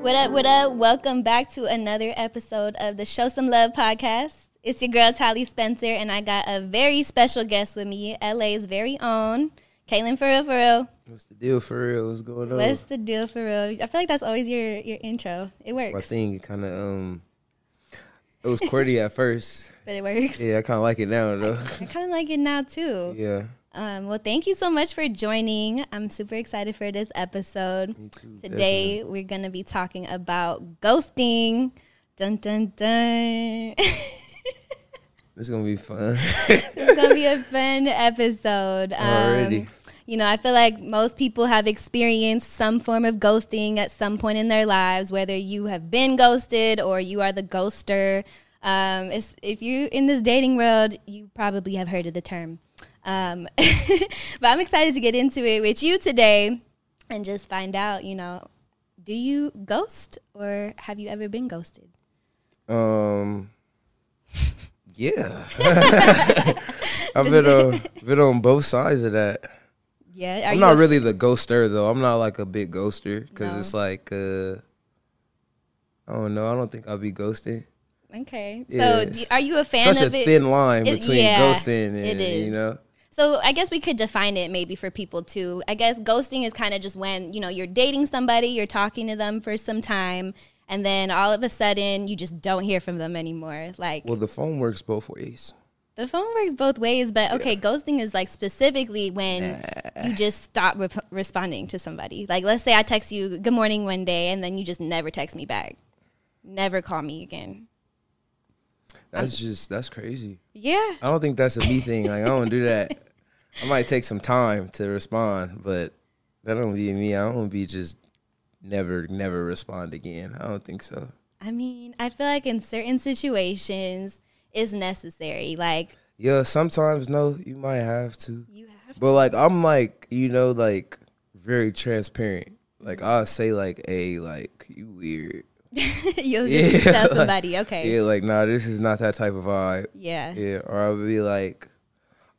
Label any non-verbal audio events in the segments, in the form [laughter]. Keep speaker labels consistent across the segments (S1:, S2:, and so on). S1: What up, what up? Welcome back to another episode of the Show Some Love podcast. It's your girl, Tali Spencer, and I got a very special guest with me, LA's very own, Caitlin Furrow Furrow.
S2: What's the deal for real? What's going on?
S1: What's the deal for real? I feel like that's always your, your intro. It
S2: My
S1: works,
S2: thing kind of um, it was QWERTY at first.
S1: but it works.
S2: Yeah, I kind of like it now though.
S1: [laughs] I kind of like it now, too.
S2: yeah,
S1: Um, well, thank you so much for joining. I'm super excited for this episode.
S2: me too.
S1: Today, we're going to be talking about ghosting. Dun, dun, dun.
S2: it's gonna be fun [laughs]
S1: it's gonna be a fun episode. Um,
S2: already.
S1: You know, I feel like most people have experienced some form of ghosting at some point in their lives, whether you have been ghosted or you are the ghoster. Um, it's, if you're in this dating world, you probably have heard of the term. Um, [laughs] but I'm excited to get into it with you today and just find out, you know, do you ghost or have you ever been ghosted?
S2: Um, yeah, [laughs] I've been on been on both sides of that.
S1: Yeah. Are
S2: I'm
S1: you
S2: not
S1: a-
S2: really the ghoster though. I'm not like a big ghoster because
S1: No.
S2: it's like uh, I don't know. I don't think I'll be ghosted.
S1: Okay.
S2: Yeah.
S1: So do, are you a fan
S2: Such
S1: of
S2: a
S1: it?
S2: thin line
S1: It-
S2: between
S1: yeah,
S2: ghosting and
S1: it is.
S2: you know.
S1: So I guess we could define it maybe for people too. I guess ghosting is kind of just when, you know, you're dating somebody, you're talking to them for some time, and then all of a sudden you just don't hear from them anymore. Like
S2: Well, the phone works both ways.
S1: the phone works both ways, but okay, ghosting is like specifically when you just stop rep- responding to somebody. Like let's say I text you good morning one day and then you just never text me back. Never call me again.
S2: That's just that's crazy.
S1: Yeah.
S2: I don't think that's a me thing. Like I don't do that. I might take some time to respond, but that don't be me. I don't be just never never respond again. I don't think so.
S1: I mean, I feel like in certain situations it's necessary. Like
S2: Yeah, sometimes no, you might have to.
S1: you have
S2: But like I'm like, you know, like very transparent. Like I'll say like, hey, like you weird.
S1: [laughs] You'll just
S2: Yeah,
S1: tell
S2: [laughs] like-
S1: somebody, okay.
S2: Yeah, like nah, this is not that type of vibe.
S1: Yeah.
S2: Yeah, or I'll be like,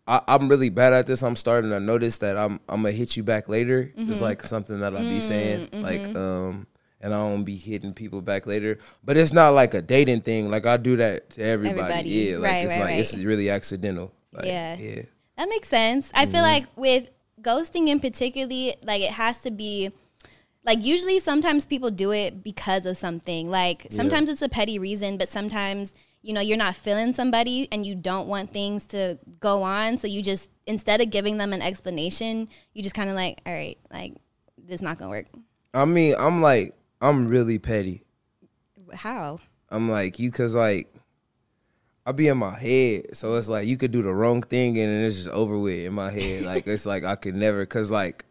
S2: I, I'm really bad at this. I'm starting to notice that I'm I'm gonna hit you back later.
S1: Mm-hmm.
S2: It's like something that I'll
S1: Mm,
S2: be saying, like um, and I don't be hitting people back later. But it's not like a dating thing. Like I do that to everybody.
S1: Everybody.
S2: Yeah, like
S1: Right,
S2: it's
S1: right,
S2: like it's
S1: right.
S2: really accidental. Like,
S1: Yeah.
S2: yeah.
S1: That makes sense. I
S2: Mm-hmm.
S1: feel like with ghosting in particularly, like it has to be like usually sometimes people do it because of something. Like sometimes it's a petty reason, but sometimes you know you're not feeling somebody and you don't want things to go on, so you just instead of giving them an explanation, you just kind of like, all right, like this not gonna work.
S2: I mean, I'm like, I'm really petty.
S1: How?
S2: I'm like you, cause like. I be in my head, so it's like you could do the wrong thing and then it's just over with in my head. Like it's like I could never, cause like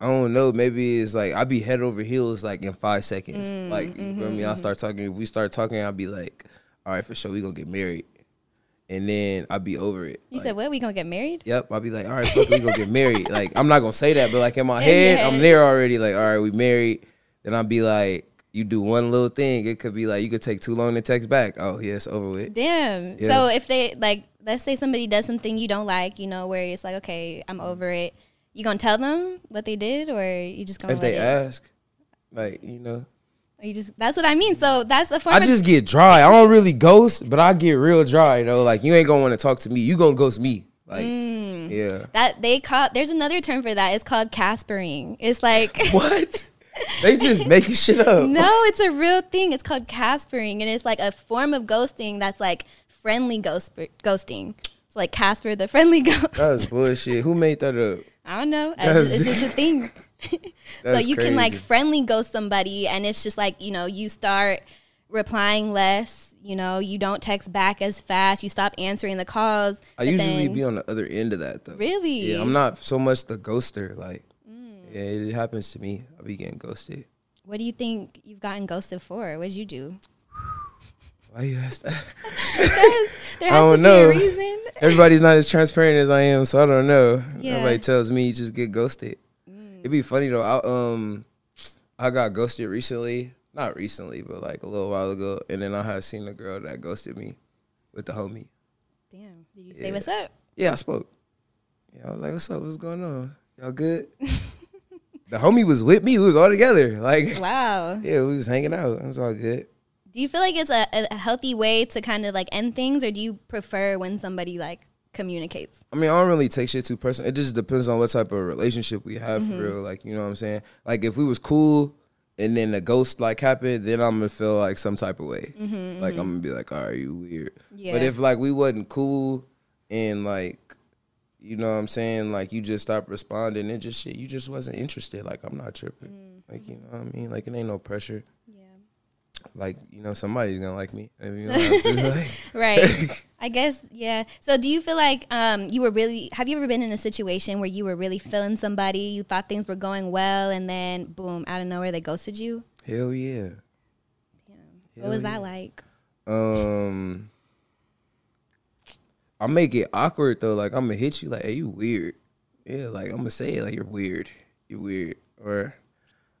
S2: I don't know, maybe it's like I be head over heels like in five seconds. like you feel me? I start talking. If we start talking, I'll be like, all right, for sure, we gonna get married, and then I'll be over it.
S1: You
S2: Like,
S1: said what? We gonna get married?
S2: Yep, I'll be like, all right, fuck, we gonna
S1: [laughs]
S2: get married. Like, I'm not gonna say that, but like in my
S1: your
S2: head, I'm
S1: head.
S2: there already. Like, all right, we married. Then I'll be like, you do one little thing, it could be like you could take too long to text back. Oh yeah, it's over with.
S1: Damn.
S2: Yeah.
S1: So if they like, let's say somebody does something you don't like, you know, where it's like, okay, I'm over it. You gonna tell them what they did, or you just gonna
S2: If
S1: let
S2: they
S1: it-
S2: ask, like you know,
S1: or you just that's what I mean. So that's a form.
S2: I
S1: of,
S2: just get dry. I don't really ghost, but I get real dry though. Like you ain't gonna want to talk to me. You gonna ghost me. Like
S1: Mm. [laughs]
S2: yeah.
S1: that they call. There's another term for that. It's called caspering. It's like.
S2: [laughs] What? they just making shit up.
S1: [laughs] No, it's a real thing. It's called caspering, and it's like a form of ghosting that's like friendly ghost ghosting. It's like Casper the friendly [laughs] ghost.
S2: That's bullshit. Who made that up?
S1: I don't know. I
S2: That's-
S1: just- It's just a
S2: [laughs]
S1: thing. [laughs] so
S2: That's
S1: you can like
S2: crazy.
S1: friendly ghost somebody, and it's just like you know you start replying less. You know you don't text back as fast. You stop answering the calls.
S2: I
S1: but
S2: usually
S1: then-
S2: be on the other end of that though.
S1: really. Mm.
S2: Yeah, I'm not so much the ghoster. Like, yeah, it happens to me. I be getting ghosted.
S1: What do you think you've gotten ghosted for? What'd you do?
S2: Why you ask that? [laughs]
S1: There
S2: I
S1: has to
S2: don't
S1: be
S2: know.
S1: a
S2: [laughs]
S1: reason.
S2: Everybody's not as transparent as I am, so I don't know.
S1: Yeah. Mm.
S2: Nobody tells me you just get ghosted. It'd be funny though. I um I got ghosted recently. Not recently, but like a little while ago. And then I had seen a girl that ghosted me with the homie.
S1: Damn. Did you say what's up? [laughs]
S2: Yeah, I spoke. Yeah, I was like, What's up? What's going on? Y'all good? the homie was with me. We was all together. Like,
S1: Wow.
S2: yeah, we was hanging out. It was all good.
S1: Do you feel like it's a, a healthy way to kind of like end things, or do you prefer when somebody like communicates?
S2: I mean, I don't really take shit too personal. It just depends on what type of relationship we have for real. Like, you know what I'm saying? Like, if we was cool and then the ghost like happened, then I'm gonna feel like some type of way. like, I'm gonna be like, all right, you weird.
S1: Yeah.
S2: But if like we wasn't cool and like, you know what I'm saying? Like, you just stopped responding and just shit, you just wasn't interested. Like, I'm not tripping. Like, you know what I mean? Like, it ain't no pressure.
S1: Yeah.
S2: Like, you know, somebody's gonna like me. I mean, you know what I'm saying? [laughs]
S1: Right. I guess, yeah. So do you feel like um, you were really, have you ever been in a situation where you were really feeling somebody, you thought things were going well, and then boom, out of nowhere, they ghosted you?
S2: Like, hell yeah.
S1: what was that like?
S2: Um, I make it awkward though. Like I'm gonna hit you. Like, hey, you weird. Yeah, like I'm gonna say it. Like you're weird. You're weird. Or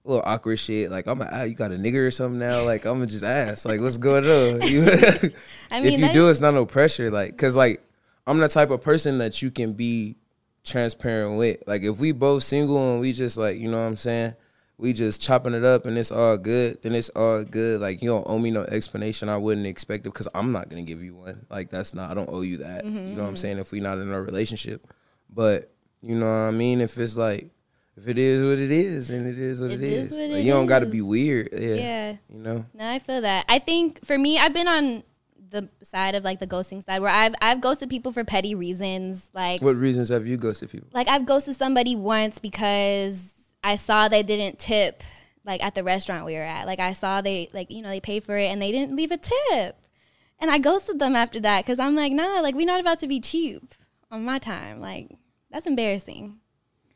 S2: a little awkward shit. Like I'm a, you got a nigga or something now. Like I'm gonna just ask. Like what's going on? [laughs] You-
S1: I
S2: if
S1: mean,
S2: you
S1: that-
S2: do, it's not no pressure. Like, cause like I'm the type of person that you can be transparent with. Like if we both single and we just like, you know what I'm saying? We just chopping it up and it's all good, then it's all good. Like you don't owe me no explanation. I wouldn't expect it because I'm not gonna give you one. Like that's not I don't owe you that. You
S1: Mm-hmm.
S2: know what I'm saying? If we not in a relationship. But you know what I mean? If it's like if it is what it is, then it is what
S1: It
S2: it
S1: is
S2: is.
S1: what
S2: Like,
S1: it
S2: you don't gotta
S1: is.
S2: be weird. Yeah.
S1: Yeah.
S2: You know?
S1: No, I feel that. I think for me, I've been on the side of like the ghosting side where I've, I've ghosted people for petty reasons. Like,
S2: What reasons have you ghosted people?
S1: like I've ghosted somebody once because I saw they didn't tip like at the restaurant we were at. Like I saw they like you know they paid for it and they didn't leave a tip, and I ghosted them after that because I'm like nah like we're not about to be cheap on my time like that's embarrassing.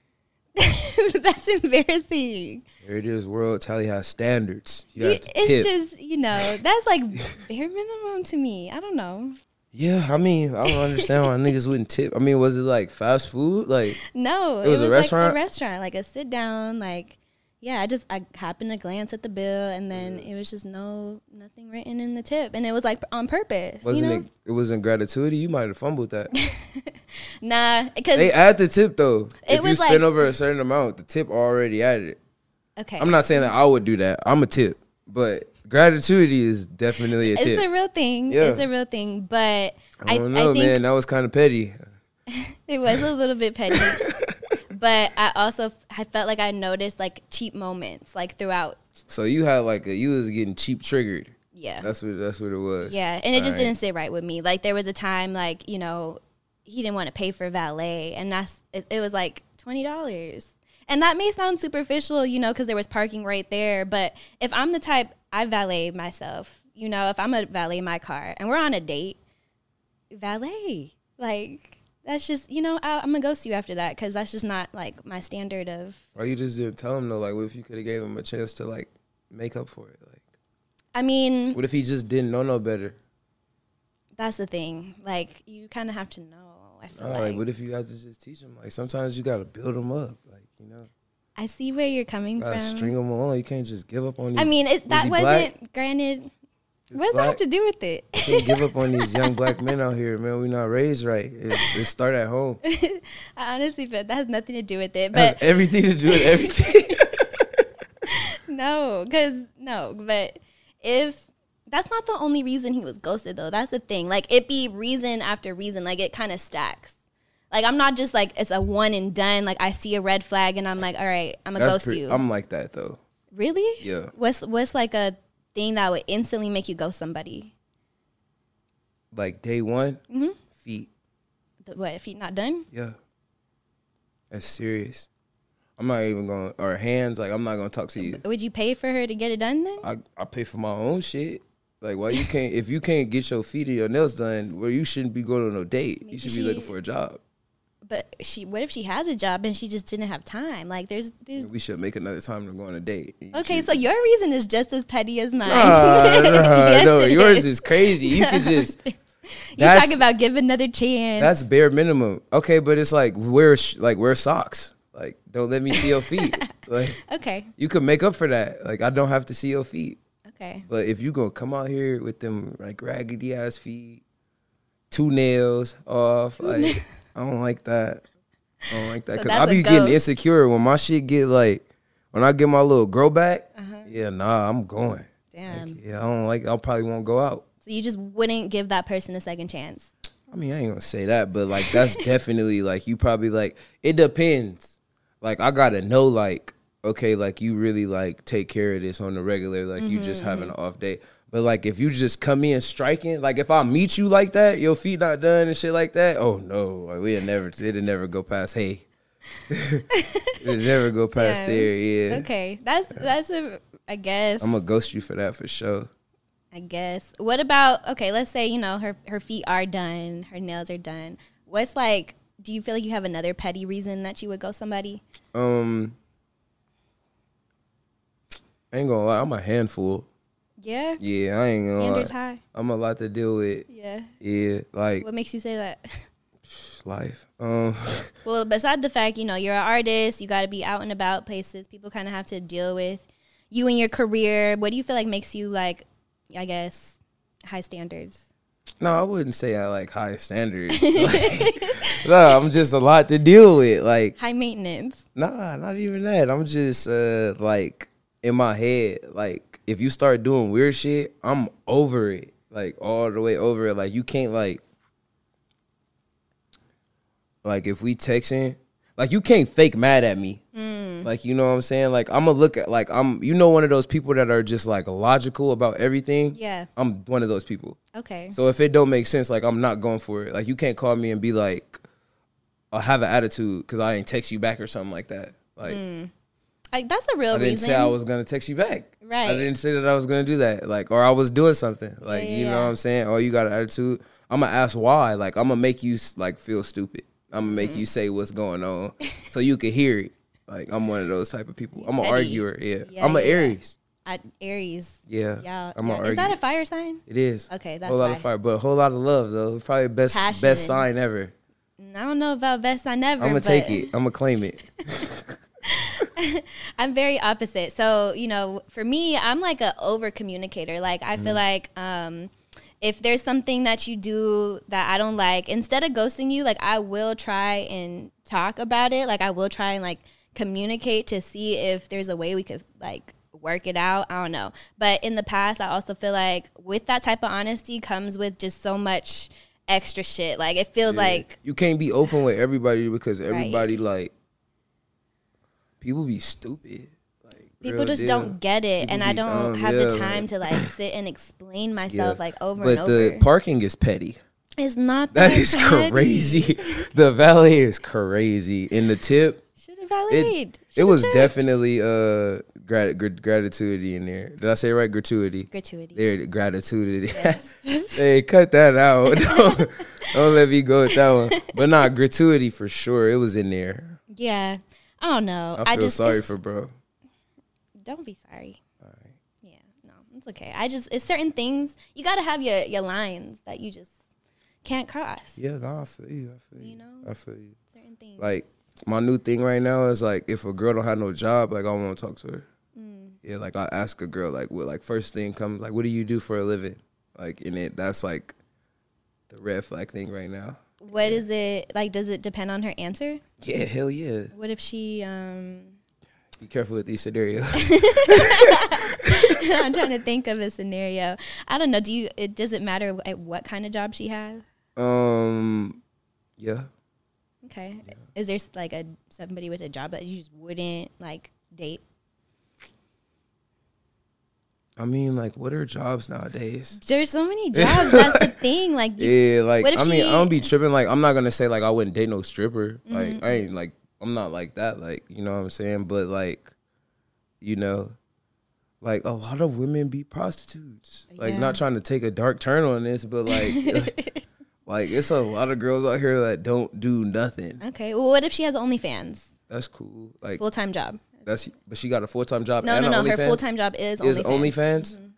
S1: [laughs] that's embarrassing.
S2: Here it is, world. Tally has standards. You
S1: You-
S2: have to
S1: it's
S2: tip.
S1: just you know that's like bare minimum to me. I don't know.
S2: yeah, I mean, I don't
S1: [laughs]
S2: understand why niggas wouldn't tip. I mean, was it like fast food? Like,
S1: No,
S2: It was a restaurant?
S1: Like a restaurant, like a sit down, like yeah. I just I happened to glance at the bill, and then it was just no nothing written in the tip, and it was like on purpose.
S2: wasn't
S1: you know,
S2: it? It wasn't gratuity. You might have
S1: [laughs]
S2: fumbled that.
S1: nah, because
S2: they add the tip though. if you
S1: was like-
S2: spend over a certain amount, the tip already added it.
S1: okay,
S2: I'm not saying that I would do that. I'm a tip, but gratuity is definitely a
S1: It's
S2: tip.
S1: a real thing.
S2: Yeah.
S1: It's a real thing, but
S2: I
S1: I,
S2: don't
S1: I
S2: know,
S1: think
S2: man. That was kind of petty.
S1: it was a little bit
S2: [laughs]
S1: petty. but I also f- I felt like I noticed like cheap moments like throughout.
S2: So you had like a you was getting cheap triggered.
S1: Yeah,
S2: That's what that's what it was.
S1: Yeah, and it just
S2: Alright.
S1: didn't sit right with me. Like there was a time, like you know, he didn't want to pay for valet, and that's it, it was like twenty dollars. And that may sound superficial, you know, because there was parking right there. But if I'm the type, I valet myself. You know, if I'm a valet my car and we're on a date, valet. Like that's just you know I, I'm gonna ghost you after that because that's just not like my standard of
S2: Or you just didn't tell him though. Like, what if you could have gave him a chance to like make up for it? Like,
S1: I mean,
S2: what if he just didn't know no better?
S1: that's the thing. Like you kind of have to know. I feel
S2: Nah,
S1: like,
S2: like, what if you had to just teach him? Like, sometimes you gotta build them up. Like, you know,
S1: I see where you're coming
S2: gotta
S1: from.
S2: string them along. You can't just give up on. These,
S1: I mean, it, that
S2: he
S1: wasn't
S2: black?
S1: granted.
S2: Is
S1: What does that have
S2: black?
S1: to do with it? [laughs]
S2: You [laughs] can't give up on these young black men out here, man. we not raised right. It, it start at home. It
S1: I honestly feel that has nothing to do with it. [laughs]
S2: has
S1: But
S2: everything to do with
S1: [laughs]
S2: everything.
S1: no, because no, but if that's not the only reason he was ghosted, though, that's the thing. Like, it be reason after reason. Like, it kind of stacks. Like, I'm not just like, it's a one and done. Like, I see a red flag and I'm like, all right, I'm going to
S2: That's
S1: ghost
S2: pre-
S1: you.
S2: I'm like that though.
S1: really?
S2: Yeah.
S1: What's, what's like a thing that would instantly make you ghost somebody?
S2: Like day one,
S1: Mm-hmm.
S2: feet.
S1: The- What, if he's not done?
S2: Yeah. That's serious. I'm not even going to or hands. Like I'm not gonna talk to you.
S1: Would you pay for her to get it done then?
S2: I, I pay for my own shit. Like why you can't if you can't get your feet or your nails done, well you shouldn't be going on a date.
S1: Maybe
S2: You should be looking
S1: she-
S2: for a job.
S1: but she what if she has a job and she just didn't have time like there's there's
S2: We should make another time to go on a date. You
S1: okay
S2: should-
S1: so your reason is just as petty as mine
S2: [laughs] Ah, no,
S1: [laughs] Yes,
S2: no,
S1: it
S2: yours
S1: is.
S2: is. crazy.
S1: [laughs]
S2: You could just
S1: you
S2: that's-
S1: talk about give another chance
S2: that's bare minimum. Okay, but it's like wear sh- like wear socks. Like don't let me see
S1: [laughs]
S2: your feet. like
S1: okay
S2: you could make up for that. Like I don't have to see your feet.
S1: okay
S2: But if you gonna come out here with them like raggedy ass feet, two nails off, like I don't like that. I don't like that
S1: So
S2: because I
S1: that's a
S2: be getting
S1: ghost.
S2: insecure when my shit get like when I get my little grow back,
S1: Uh-huh.
S2: yeah, nah, I'm going.
S1: Damn.
S2: Yeah, I don't like. I probably won't go out.
S1: So you just wouldn't give that person a second chance.
S2: I mean, I ain't gonna say that, but like
S1: [laughs]
S2: that's definitely like you probably like it depends. Like I gotta know like okay, like you really like take care of this on the regular. Like you just
S1: Mm-hmm,
S2: having an off day, but like if you just come in striking, like if I meet you like that, your feet not done and shit like that. Oh no, like we'll never it'll never go past hey. [laughs] it'll never go past
S1: Yeah.
S2: there. Yeah,
S1: Okay, that's that's a I guess
S2: I'm gonna ghost you for that for sure.
S1: I guess. What about okay? Let's say you know her her feet are done, her nails are done. What's like? Do you feel like you have another petty reason that you would go somebody?
S2: Um, I ain't gonna lie, I'm a handful.
S1: Yeah,
S2: Yeah, I ain't gonna
S1: standards
S2: lie.
S1: high.
S2: I'm a lot to deal with.
S1: Yeah.
S2: Yeah, like
S1: What makes you say that?
S2: life. Um, [laughs]
S1: Well, beside the fact, you know, you're an artist, you got to be out and about places. People kind of have to deal with you and your career. What do you feel like makes you like, I guess, high standards?
S2: no, I wouldn't say I like high standards. Like, no, I'm just a lot to deal with. Like,
S1: High maintenance.
S2: nah, not even that. I'm just uh like in my head. Like, if you start doing weird shit, I'm over it. Like all the way over it. Like you can't like. Like if we texting, like you can't fake mad at me. Like you know what I'm saying? Like I'm gonna look at like I'm you know one of those people that are just like logical about everything.
S1: Yeah.
S2: I'm one of those people.
S1: Okay.
S2: So if it don't make sense, like I'm not going for it. Like you can't call me and be like, I have an attitude because I ain't text you back or something like that. Like
S1: Like that's a real
S2: I didn't
S1: Mm. reason.
S2: say I was gonna text you back.
S1: Right.
S2: I didn't say that I was gonna do that. Like or I was doing something. Like
S1: yeah,
S2: you know
S1: yeah.
S2: what I'm saying? Oh, you got an attitude. I'm gonna ask why. Like I'm gonna make you s- like feel stupid. I'm gonna
S1: Mm-hmm.
S2: make you say what's going on so you can hear it. Like I'm one of those type of people. I'm an
S1: petty.
S2: arguer. Yeah.
S1: Yeah,
S2: I'm an
S1: yeah.
S2: Aries.
S1: I, Aries.
S2: Yeah.
S1: Yeah.
S2: I'm
S1: yeah.
S2: an
S1: Is
S2: arguer.
S1: that a fire sign?
S2: it is.
S1: Okay, that's
S2: whole lot
S1: why.
S2: of fire, but a whole lot of love though. Probably best
S1: Passionate.
S2: best sign ever.
S1: I don't know about best sign ever.
S2: I'm gonna
S1: but
S2: take it. I'm gonna claim it.
S1: I'm very opposite. So, you know, for me, I'm like a over communicator. Like I feel like um if there's something that you do that I don't like, instead of ghosting you, like I will try and talk about it. Like I will try and like communicate to see if there's a way we could like work it out. I don't know. But in the past, I also feel like with that type of honesty comes with just so much extra shit. Like it feels [laughs] like
S2: you can't be open with everybody because everybody like people be stupid. Like
S1: people
S2: real
S1: just
S2: deal.
S1: don't get it
S2: People
S1: and i
S2: be
S1: don't
S2: dumb,
S1: have
S2: yeah,
S1: the
S2: like-
S1: time to like sit and explain
S2: Yeah.
S1: myself like over
S2: but
S1: and over
S2: the parking is petty. [laughs]
S1: it's not
S2: That is crazy. [laughs] the valet is crazy. And the tip,
S1: should have
S2: it,
S1: valeted
S2: it was
S1: Shoulda checked.
S2: definitely uh grat- grat- gratitude in there. Did I say it right? Gratuity.
S1: gratuity
S2: There, gratitude. [laughs] hey, cut that
S1: [laughs]
S2: out. don't, don't let me go with that one. But nah, gratuity for sure. It was in there.
S1: yeah i don't know
S2: I
S1: i,
S2: feel
S1: just
S2: sorry
S1: it's-
S2: for bro.
S1: don't be sorry yeah no it's okay i just it's certain things you gotta have your your lines that you just can't cross
S2: Yeah, no, I feel you. I feel you.
S1: know?
S2: I feel you.
S1: certain things
S2: Like my new thing right now is like if a girl don't have no job, like I won't talk to her.
S1: Mm.
S2: Yeah, like I ask a girl like what like first thing comes like what do you do for a living? Like in it that's like the red flag thing right now.
S1: what is it like does it depend on her answer
S2: Yeah, hell yeah.
S1: what if she um
S2: Be careful with these scenarios. [laughs]
S1: [laughs] I'm trying to think of a scenario. I don't know. Do you? It doesn't matter at what kind of job she has.
S2: um yeah.
S1: Okay. Is there like a somebody with a job that you just wouldn't like date?
S2: I mean like what are jobs nowadays?
S1: There's so
S2: [laughs]
S1: many jobs. that's the thing. Like, you,
S2: Yeah, like
S1: What if
S2: I mean,
S1: she- Mm-hmm.
S2: I don't be tripping. Like I'm not gonna say like I wouldn't date no stripper. Like I ain't like I'm not like that. Like you know what I'm saying. But like, you know, like a lot of women be prostitutes. Like
S1: Yeah.
S2: not trying to take a dark turn on this,
S1: [laughs]
S2: but like, like, it's a lot of girls out here that don't do nothing.
S1: okay. Well, what if she has OnlyFans,
S2: That's cool. Like
S1: full time job?
S2: that's but she got a full time job.
S1: No,
S2: and
S1: no,
S2: a
S1: no. Her
S2: OnlyFans?
S1: full time job is
S2: is
S1: OnlyFans. Mm-hmm.
S2: OnlyFans.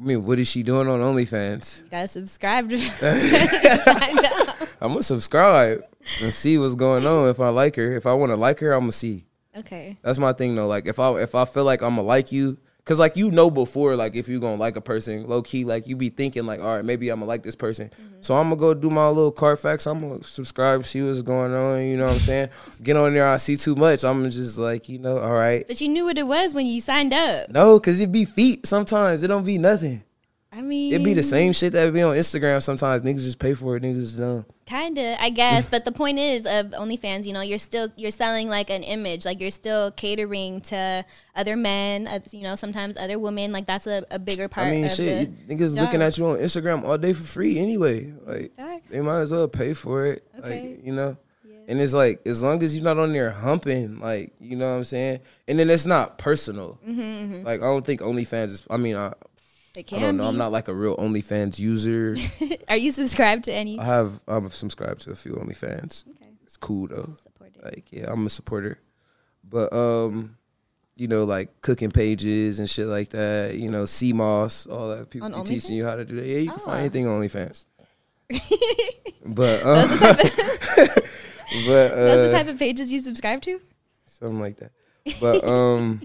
S2: I mean, what is she doing on OnlyFans?
S1: You gotta
S2: [laughs]
S1: subscribe. To I
S2: I'm gonna subscribe and see what's going on. If I like her, if I want to like her, I'm gonna see.
S1: know. [laughs] Okay.
S2: That's my thing though. Like if I if I feel like I'm gonna like you, Cause like you know before, like if you gonna like a person, low key, like you be thinking like, all right, maybe I'm gonna like this person. So I'm gonna go do my little card facts. I'm gonna subscribe, see what's going on. You know what I'm saying? Get on there, I see too much. I'm just like, you know, all right.
S1: But you knew what it was when you signed up.
S2: No, cause it be feet sometimes. It don't be nothing.
S1: I mean,
S2: It be the same shit that be on Instagram sometimes. Niggas just pay for it. Niggas just dumb.
S1: Kinda, I
S2: [laughs]
S1: guess. but the point is of OnlyFans, you know, you're still you're selling like an image, like you're still catering to other men, uh, you know, sometimes other women. Like that's a, a bigger part.
S2: I mean,
S1: of
S2: shit,
S1: The,
S2: you, niggas looking
S1: job.
S2: at you on Instagram all day for free anyway. Like,
S1: Facts.
S2: they might as well pay for it.
S1: Okay.
S2: Like, you know?
S1: Yeah.
S2: And it's like, as long as you're not on there humping, like, you know what I'm saying? And then it's not personal.
S1: Mm-hmm,
S2: Like, I don't think OnlyFans is, I mean, I,
S1: it
S2: I
S1: can
S2: don't know.
S1: be.
S2: I'm not like a real OnlyFans
S1: [laughs]
S2: user.
S1: Are you subscribed to any?
S2: I have, I'm subscribed to a few OnlyFans.
S1: okay.
S2: It's cool though.
S1: Support it.
S2: Like, yeah, I'm a supporter. But, um, you know, like cooking pages and shit like that, you know, CMOS, all that. People
S1: On
S2: be teaching you how to do that. Yeah, you can
S1: Oh.
S2: find anything
S1: [laughs]
S2: on OnlyFans. but, um, [laughs] but, uh,
S1: Those are the type of pages you subscribe to.
S2: something like that.
S1: [laughs]
S2: But um,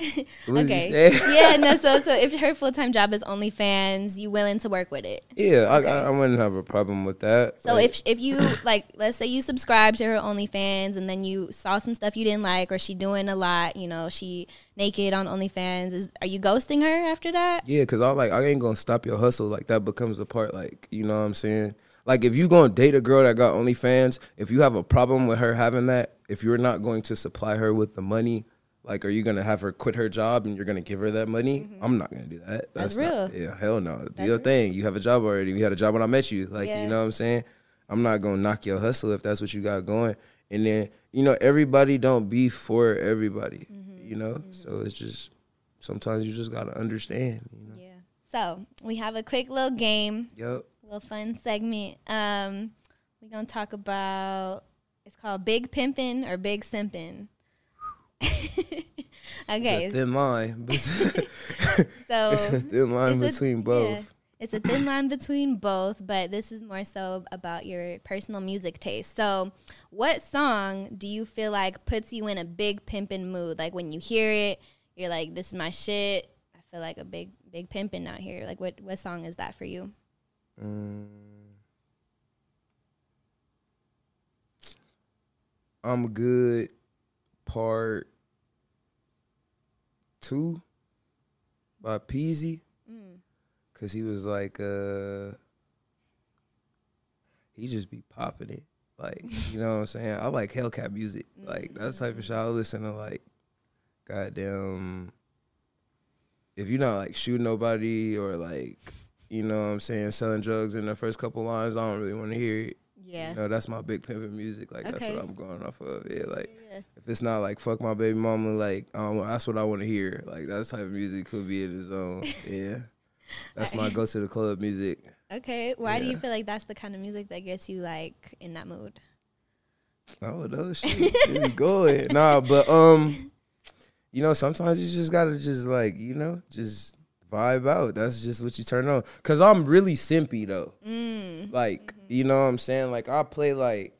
S2: what did you
S1: Okay.
S2: say?
S1: yeah.
S2: [laughs]
S1: No. So, so if her full time job is OnlyFans, you willing to work with it?
S2: yeah, I, I, I wouldn't have a problem with that.
S1: So
S2: Like,
S1: if if you like, let's say you subscribe to her OnlyFans, and then you saw some stuff you didn't like, or she doing a lot, you know, she naked on OnlyFans. Is are you ghosting her after that?
S2: yeah, cause I like I ain't gonna stop your hustle. Like that becomes a part. Like you know what I'm saying. Like if you gonna date a girl that got OnlyFans, if you have a problem with her having that, if you're not going to supply her with the money. Like, are you gonna have her quit her job and you're gonna give her that money? I'm not gonna do that.
S1: Mm-hmm. That's
S2: not-
S1: real.
S2: yeah, hell no. Do your thing. You have a job already. You had a job when I met you. Like,
S1: Yeah.
S2: you know what I'm saying? I'm not gonna knock your hustle if that's what you got going. And then, you know, everybody don't be for everybody.
S1: Mm-hmm.
S2: You know? So it's just sometimes you just gotta understand, you know.
S1: Yeah. So we have a quick little game,
S2: Yup.
S1: little fun segment. Um, we're gonna talk about it's called Big Pimpin' or Big Simpin'. [laughs]
S2: It's
S1: okay.
S2: a thin line.
S1: [laughs]
S2: [laughs]
S1: so
S2: it's a thin line
S1: It's a-
S2: between
S1: yeah.
S2: both.
S1: It's a thin line between both, but this is more so about your personal music taste. So, what song do you feel like puts you in a big pimpin' mood? Like when you hear it, you're like, "This is my shit." I feel like a big, big pimpin' out here. Like, what what song is that for you?
S2: Mm. I'm good. Part two by Peasy.
S1: Mm.
S2: Cause he was like, uh, he just be popping it. Like, you know what I'm saying? I like Hellcat music. Like, that type of shit. I listen to, like, goddamn. If you're not, like, shooting nobody or, like, you know what I'm saying, selling drugs in the first couple lines, I don't really want to hear it.
S1: Yeah.
S2: You know, that's my big pimping music. Like, that's
S1: Okay.
S2: what I'm going off of. Yeah, like,
S1: Yeah.
S2: if it's not like fuck my baby mama, like um, that's what I want to hear. Like that type of music could be in
S1: [laughs]
S2: his own. Yeah, that's my go to the club music.
S1: Okay. Why do you
S2: Yeah.
S1: feel like that's the kind of music that gets you like in that mood?
S2: Oh no, shit, it be good. Nah, but um, you know sometimes you just gotta just like you know just vibe out. That's just what you turn on. Cause I'm really simpy though.
S1: Mm.
S2: Like you know what I'm saying. Like I play like.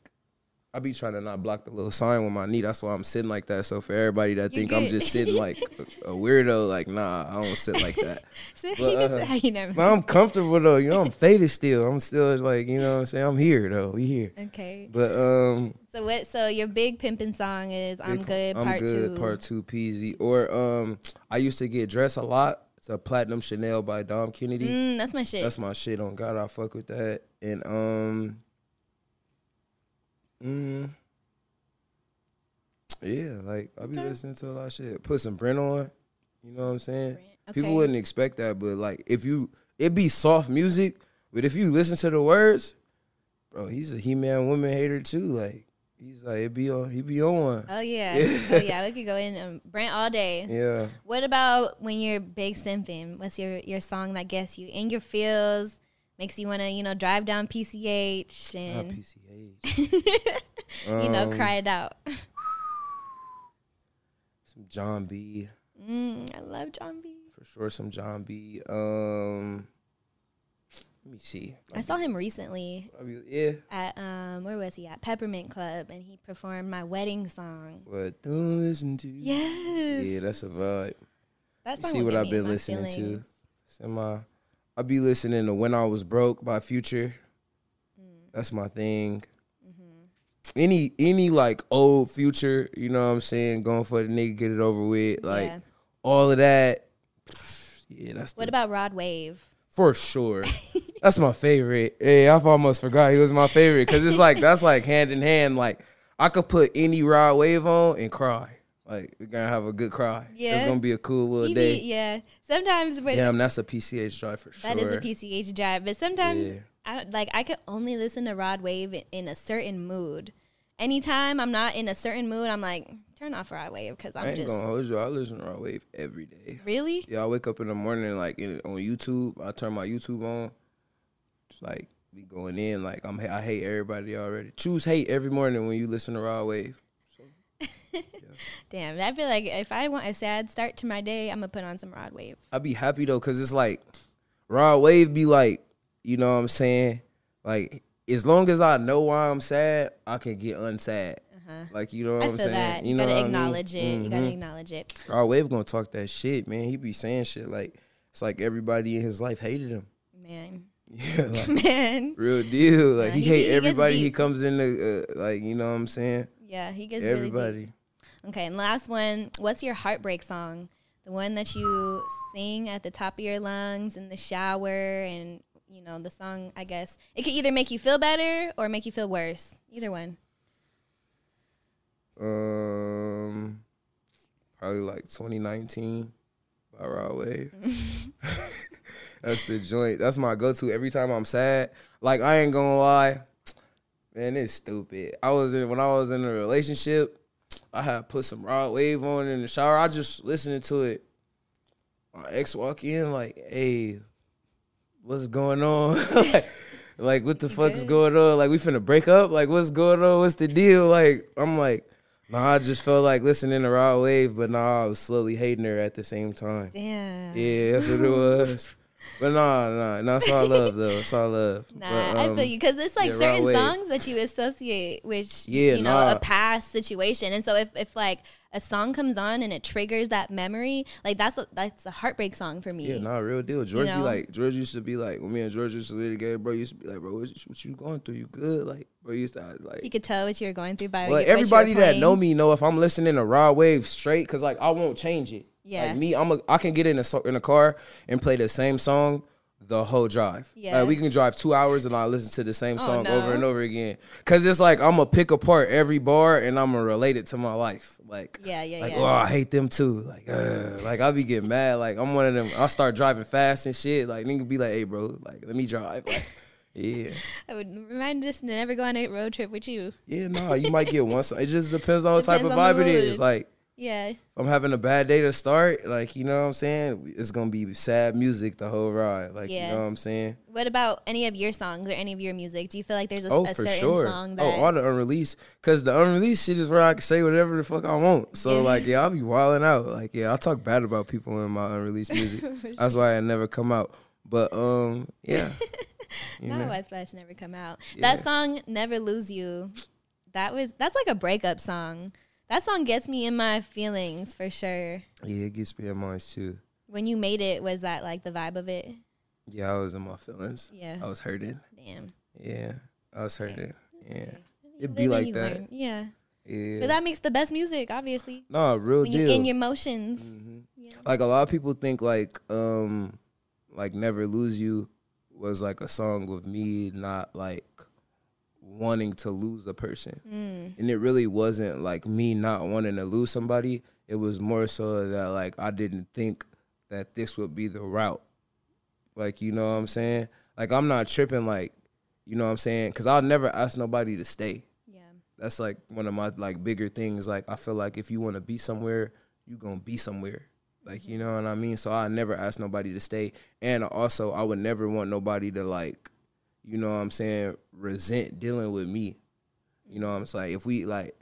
S2: I be trying to not block the little sign with my knee. That's why I'm sitting like that. So for everybody that
S1: You
S2: think I'm
S1: good.
S2: just
S1: [laughs]
S2: sitting like a, a weirdo, like nah, I don't sit like that.
S1: [laughs] So
S2: Well,
S1: you
S2: uh,
S1: say [laughs] you never.
S2: But I'm comfortable though. You know, I'm faded still. I'm still like, you know what I'm saying? I'm here though. We here.
S1: okay.
S2: But um
S1: So what? So your big pimpin' song is "I'm
S2: Big-
S1: Good"
S2: I'm
S1: part
S2: good,
S1: two.
S2: part two PZ. Or um I used to get dressed a lot. It's a platinum Chanel by Dom Kennedy.
S1: Mm, that's my shit.
S2: That's my shit on God, I fuck with that. And um mm, Yeah, like I be
S1: Okay.
S2: listening to a lot of shit. Put some Brent on. You know what I'm saying?
S1: Okay.
S2: People wouldn't expect that, but like if you it be soft music, but if you listen to the words, bro, he's a he man woman hater too. Like he's like it be on he be on one.
S1: Oh yeah.
S2: [laughs] Yeah.
S1: oh yeah. We could go in um, Brent all day.
S2: Yeah.
S1: What about when you're big simping? What's your your song that gets you in your feels? Makes you want to you know drive down PCH
S2: Not
S1: and
S2: PCH.
S1: [laughs] you know
S2: Um,
S1: cry it out.
S2: Some John B.
S1: Mm, I love John B.
S2: For sure some John B. Um let me see.
S1: I saw him recently
S2: I be- yeah.
S1: at um where was he at Peppermint Club and he performed my wedding song.
S2: But don't listen to
S1: Yes.
S2: Yeah, that's a vibe.
S1: That
S2: You see what I've been listening to? It's in my, I be listening to "When I Was Broke" by Future.
S1: Mm.
S2: That's my thing.
S1: Mm-hmm.
S2: Any any like old Future, you know what I'm saying? Going for the nigga, get it over with. Like
S1: Yeah.
S2: all of that. Yeah, that's
S1: What
S2: the,
S1: about Rod Wave?
S2: for sure. that's my favorite. Hey, I've almost forgot he was my favorite because it's like that's like hand in hand. Like I could put any Rod Wave on and cry. Like we're gonna have a good cry. it's
S1: Yeah.
S2: gonna be a cool little
S1: He
S2: day.
S1: be- yeah. Sometimes when
S2: Damn, that's a PCH drive for sure.
S1: That is a PCH drive. But sometimes
S2: Yeah.
S1: I like I could only listen to Rod Wave in- in a certain mood. Anytime I'm not in a certain mood, I'm like, turn off Rod Wave because
S2: I
S1: I'm
S2: ain't
S1: just
S2: gonna hold you. I listen to Raw Wave every day.
S1: really.
S2: Yeah, I wake up in the morning like in, on YouTube. I turn my YouTube on. It's like be going in like I'm. I hate everybody already. Choose hate every morning when you listen to Raw Wave.
S1: Damn, I feel like if I want a sad start to my day, I'm gonna put on some Rod Wave.
S2: I'd be happy though, cause it's like Raw Wave be like, you know what I'm saying? Like as long as I know why I'm sad, I can get unsad. Like you know what
S1: Uh-huh. I
S2: am
S1: feel
S2: saying?
S1: that. You,
S2: You know
S1: gotta
S2: what I mean? Mm-hmm.
S1: acknowledge it. You gotta acknowledge it.
S2: Raw Wave gonna talk that shit, man. He be saying shit like it's like everybody in his life hated him. [laughs]
S1: Man. [laughs]
S2: Yeah, like,
S1: Man.
S2: real deal. Like he,
S1: he-
S2: hate
S1: he gets
S2: everybody. He
S1: deep.
S2: comes into uh, like you know what I'm saying.
S1: Yeah, he gets really deep.
S2: everybody.
S1: Okay, and last one. What's your heartbreak song? The one that you sing at the top of your lungs in the shower, and you know the song. I guess it could either make you feel better or make you feel worse. Either one.
S2: Um, probably like 2019 by Raw Wave. That's the joint. That's my go-to every time I'm sad. Like I ain't gonna lie, man, it's stupid. I was in when I was in a relationship. I had put some Raw Wave on in the shower. I just listening to it. My ex walk in like, "Hey, what's going on?" [laughs] like, like, what the fuck is
S1: good?
S2: going on? Like, we finna break up? Like, what's going on? What's the deal? Like, I'm like, nah, I just felt like listening to Raw Wave, but nah, I was slowly hating her at the same time.
S1: Damn.
S2: Yeah, that's what it was. But nah, nah, nah, it's all love though. It's all love.
S1: [laughs] Nah,
S2: But,
S1: I
S2: um,
S1: feel you because it's like
S2: yeah, Rod
S1: certain
S2: Wave.
S1: songs that you associate with
S2: Yeah,
S1: you know
S2: nah.
S1: a past situation, and so if, if like a song comes on and it triggers that memory, like that's a, that's a heartbreak song for me.
S2: Yeah, nah, real deal. George be
S1: know?
S2: like, George used to be like, when me and George used to live together, bro, used to be like, bro, what, what you going through? You good? Like, bro, used to like,
S1: He could tell what you were going through by
S2: Well,
S1: what you were
S2: everybody that
S1: playing.
S2: know me know if I'm listening to Raw Wave straight, cause like I won't change it.
S1: Yeah.
S2: Like me, I'm a I can get in a so- in a car and play the same song the whole drive.
S1: Yeah. Oh,
S2: Like we can drive two hours and I listen to the same song over
S1: no.
S2: and over again. Cause it's like I'm gonna pick apart every bar and I'm gonna relate it to my life. Like
S1: Yeah, yeah,
S2: like,
S1: yeah.
S2: oh, I hate them too. Like, uh, like I be getting mad. Like I'm one of them. I start driving fast and shit. Like nigga be like, hey bro, like let me drive. Like, [laughs] yeah.
S1: I would remind us to never go on a road trip with you.
S2: Yeah, nah, you might get one. song. It just depends on what type of
S1: Depends on
S2: vibe
S1: the
S2: it is.
S1: mood.
S2: Like,
S1: Yeah.
S2: if I'm having a bad day to start, like, you know what I'm saying? It's going to be sad music the whole ride. Like,
S1: Yeah.
S2: you know what I'm saying?
S1: What about any of your songs or any of your music? Do you feel like there's a,
S2: Oh,
S1: a
S2: for
S1: certain
S2: sure.
S1: song that
S2: Oh, all the unreleased. Because the unreleased shit is where I can say whatever the fuck I want. So, like, yeah, I'll be wilding out. Like, yeah, I talk bad about people in my
S1: [laughs]
S2: unreleased music. That's why it never come out. But, um,
S1: [laughs]
S2: yeah. you
S1: not
S2: know?
S1: White Flash never come out?
S2: Yeah.
S1: That song Never Lose You. That was that's like a breakup song. That song gets me in my feelings for sure.
S2: Yeah, it gets me in mind, too.
S1: When you made it, was that like the vibe of it?
S2: Yeah, I was in my feelings.
S1: Yeah.
S2: I was hurting.
S1: Damn.
S2: Yeah, I was hurting. Yeah. It'd
S1: Living,
S2: be like
S1: you
S2: that.
S1: learn. Yeah.
S2: Yeah.
S1: But that makes the best music, obviously.
S2: no, real
S1: When
S2: deal.
S1: you in your emotions.
S2: like a lot of people think like um like Never Lose You was like a song with me not like wanting to lose a person.
S1: Mm-hmm. Mm.
S2: And it really wasn't like me not wanting to lose somebody. It was more so that like I didn't think that this would be the route. Like, you know what I'm saying? Like I'm not tripping like, you know what I'm saying? Cuz I'll never ask nobody to stay
S1: Yeah.
S2: that's like one of my like bigger things like i feel like if you want to be somewhere you gonna be somewhere like you know what i mean so i never ask nobody to stay and also i would never want nobody to like you know what i'm saying resent dealing with me you know what i'm saying if we like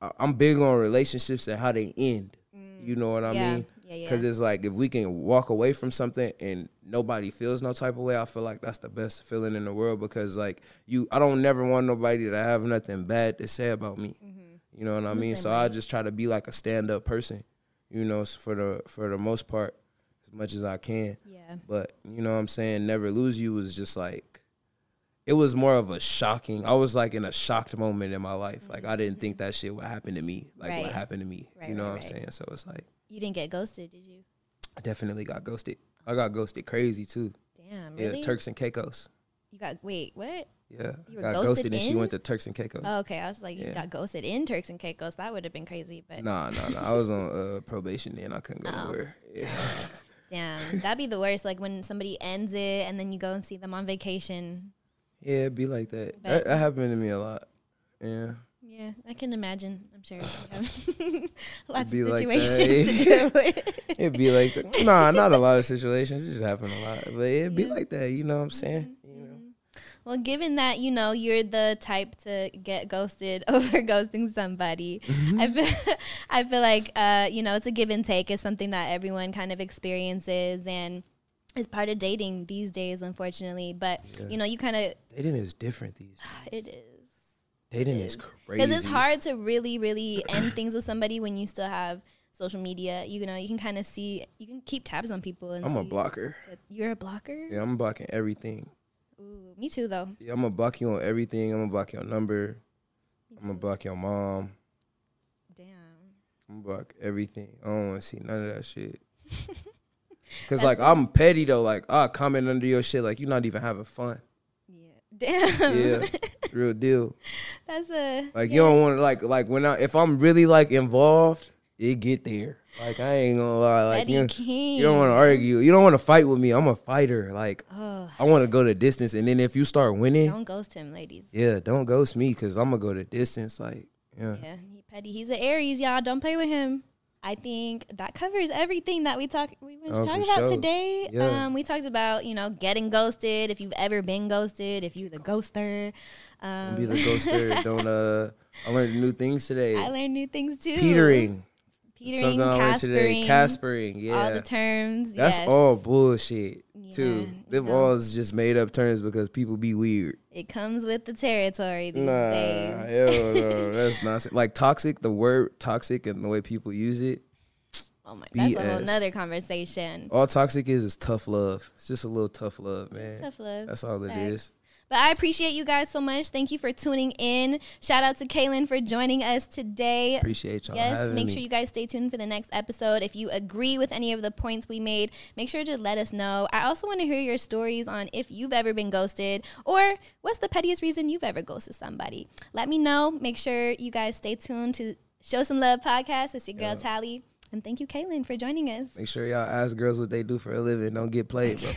S2: I- i'm big on relationships and how they end you know what i
S1: Mm. Yeah.
S2: mean
S1: Yeah, yeah.
S2: because it's like if we can walk away from something and nobody feels no type of way, I feel like that's the best feeling in the world because like you, I don't never want nobody to have nothing bad to say about me.
S1: Mm-hmm.
S2: You know what I mean? So I just try to be like a stand up person, you know, s- for the for the most part. much as I can.
S1: Yeah.
S2: But you know what I'm saying? Never Lose You was just like it was more of a shocking. I was like in a shocked moment in my life. Like I didn't think that shit would happen to me. Like
S1: Right.
S2: what happened to me.
S1: Right,
S2: you know
S1: right,
S2: what
S1: right.
S2: I'm saying? So it's like
S1: You didn't get ghosted, did you?
S2: I definitely got ghosted. I got ghosted crazy too.
S1: Damn, really?
S2: Yeah, Turks and Caicos.
S1: You got wait, what?
S2: Yeah.
S1: You were
S2: got
S1: ghosted
S2: and she
S1: in?
S2: went to Turks and Caicos.
S1: Oh, okay, I was like, you
S2: Yeah.
S1: got ghosted in Turks and Caicos. That would have been crazy, but
S2: Nah, nah, nah. I was on uh, probation then. I couldn't go
S1: Oh.
S2: nowhere. Yeah. [laughs]
S1: damn, that'd be the worst. Like when somebody ends it and then you go and see them on vacation.
S2: yeah, it'd be like that.
S1: But-
S2: that. That happened to me a lot. Yeah.
S1: Yeah, I can imagine. I'm sure you
S2: [laughs]
S1: have [laughs] lots
S2: Be
S1: of
S2: like that,
S1: situations to
S2: yeah.
S1: deal with.
S2: [laughs] It'd be like that. Nah, not a lot of situations. It just happened a lot. But it'd be like that. You know what I'm saying?
S1: Mm-hmm.
S2: You know.
S1: Well, given that you know you're the type to get ghosted [laughs] over ghosting somebody, I
S2: Mm-hmm.
S1: feel [laughs] I feel like uh, you know it's a give and take. It's something that everyone kind of experiences and is part of dating these days, unfortunately. But Mm-hmm. you know, you kind of
S2: Dating is different these days.
S1: [sighs] it is
S2: Dating is crazy.
S1: because it's hard to really, really
S2: [clears throat]
S1: end things with somebody when you still have social media. You know, you can kind of see you can keep tabs on people. And
S2: I'm a
S1: see
S2: blocker.
S1: that You're a blocker.
S2: Yeah, I'm blocking everything.
S1: Ooh, me too, though.
S2: Yeah, I'm gonna block you on everything. I'm gonna block your number. I'm gonna block your mom.
S1: Damn. [laughs]
S2: I'm gonna block everything. I don't wanna see none of that shit. Cause like I'm petty though. Like I comment under your shit. Like you're not even having fun.
S1: Yeah. Damn.
S2: Yeah, real deal.
S1: [laughs] That's a
S2: Like you don't want to like like when I if I'm really like involved, it get there. Like I ain't gonna lie. Like
S1: Eddie
S2: you,
S1: King.
S2: you don't want to argue. You don't want to fight with me. I'm a fighter. Like
S1: Oh,
S2: I want to go the distance. And then if you start winning,
S1: don't ghost him, ladies.
S2: yeah, don't ghost me because I'm gonna go the distance. Like yeah,
S1: Yeah, he petty. He's an Aries, y'all. Don't play with him. I think that covers everything that we talk we were
S2: Oh,
S1: talking
S2: for
S1: about
S2: sure.
S1: today.
S2: Yeah.
S1: Um, we talked about you know getting ghosted. If you've ever been ghosted, if you the ghoster. Um,
S2: be the ghoster. don't uh. I learned new things today.
S1: [laughs] I learned new things too.
S2: Petering.
S1: petering,
S2: Something I learned today.
S1: caspering,
S2: Caspering. Yeah.
S1: all the terms.
S2: That's
S1: yes.
S2: all bullshit too.
S1: Yeah,
S2: Them
S1: no.
S2: all is just made up terms because people be weird.
S1: It comes with the territory these
S2: Nah,
S1: days.
S2: hell no, [laughs] that's not like toxic. The word toxic and the way people use it.
S1: [laughs] Oh my, that's a whole
S2: BS.
S1: nother conversation.
S2: All toxic is is tough love. It's just a little tough love, man.
S1: Tough love.
S2: That's all it
S1: Facts.
S2: is.
S1: But I appreciate you guys so much. Thank you for tuning in. Shout out to Kaylin for joining us today.
S2: Appreciate y'all
S1: Yes,
S2: having
S1: make
S2: me.
S1: sure you guys stay tuned for the next episode. If you agree with any of the points we made, make sure to let us know. I also want to hear your stories on if you've ever been ghosted or what's the pettiest reason you've ever ghosted somebody. Let me know. Make sure you guys stay tuned to Show Some Love podcast. It's your girl, Tally. And thank you, Kaylin, for joining us.
S2: Make sure y'all ask girls what they do for a living. Don't get played, bro.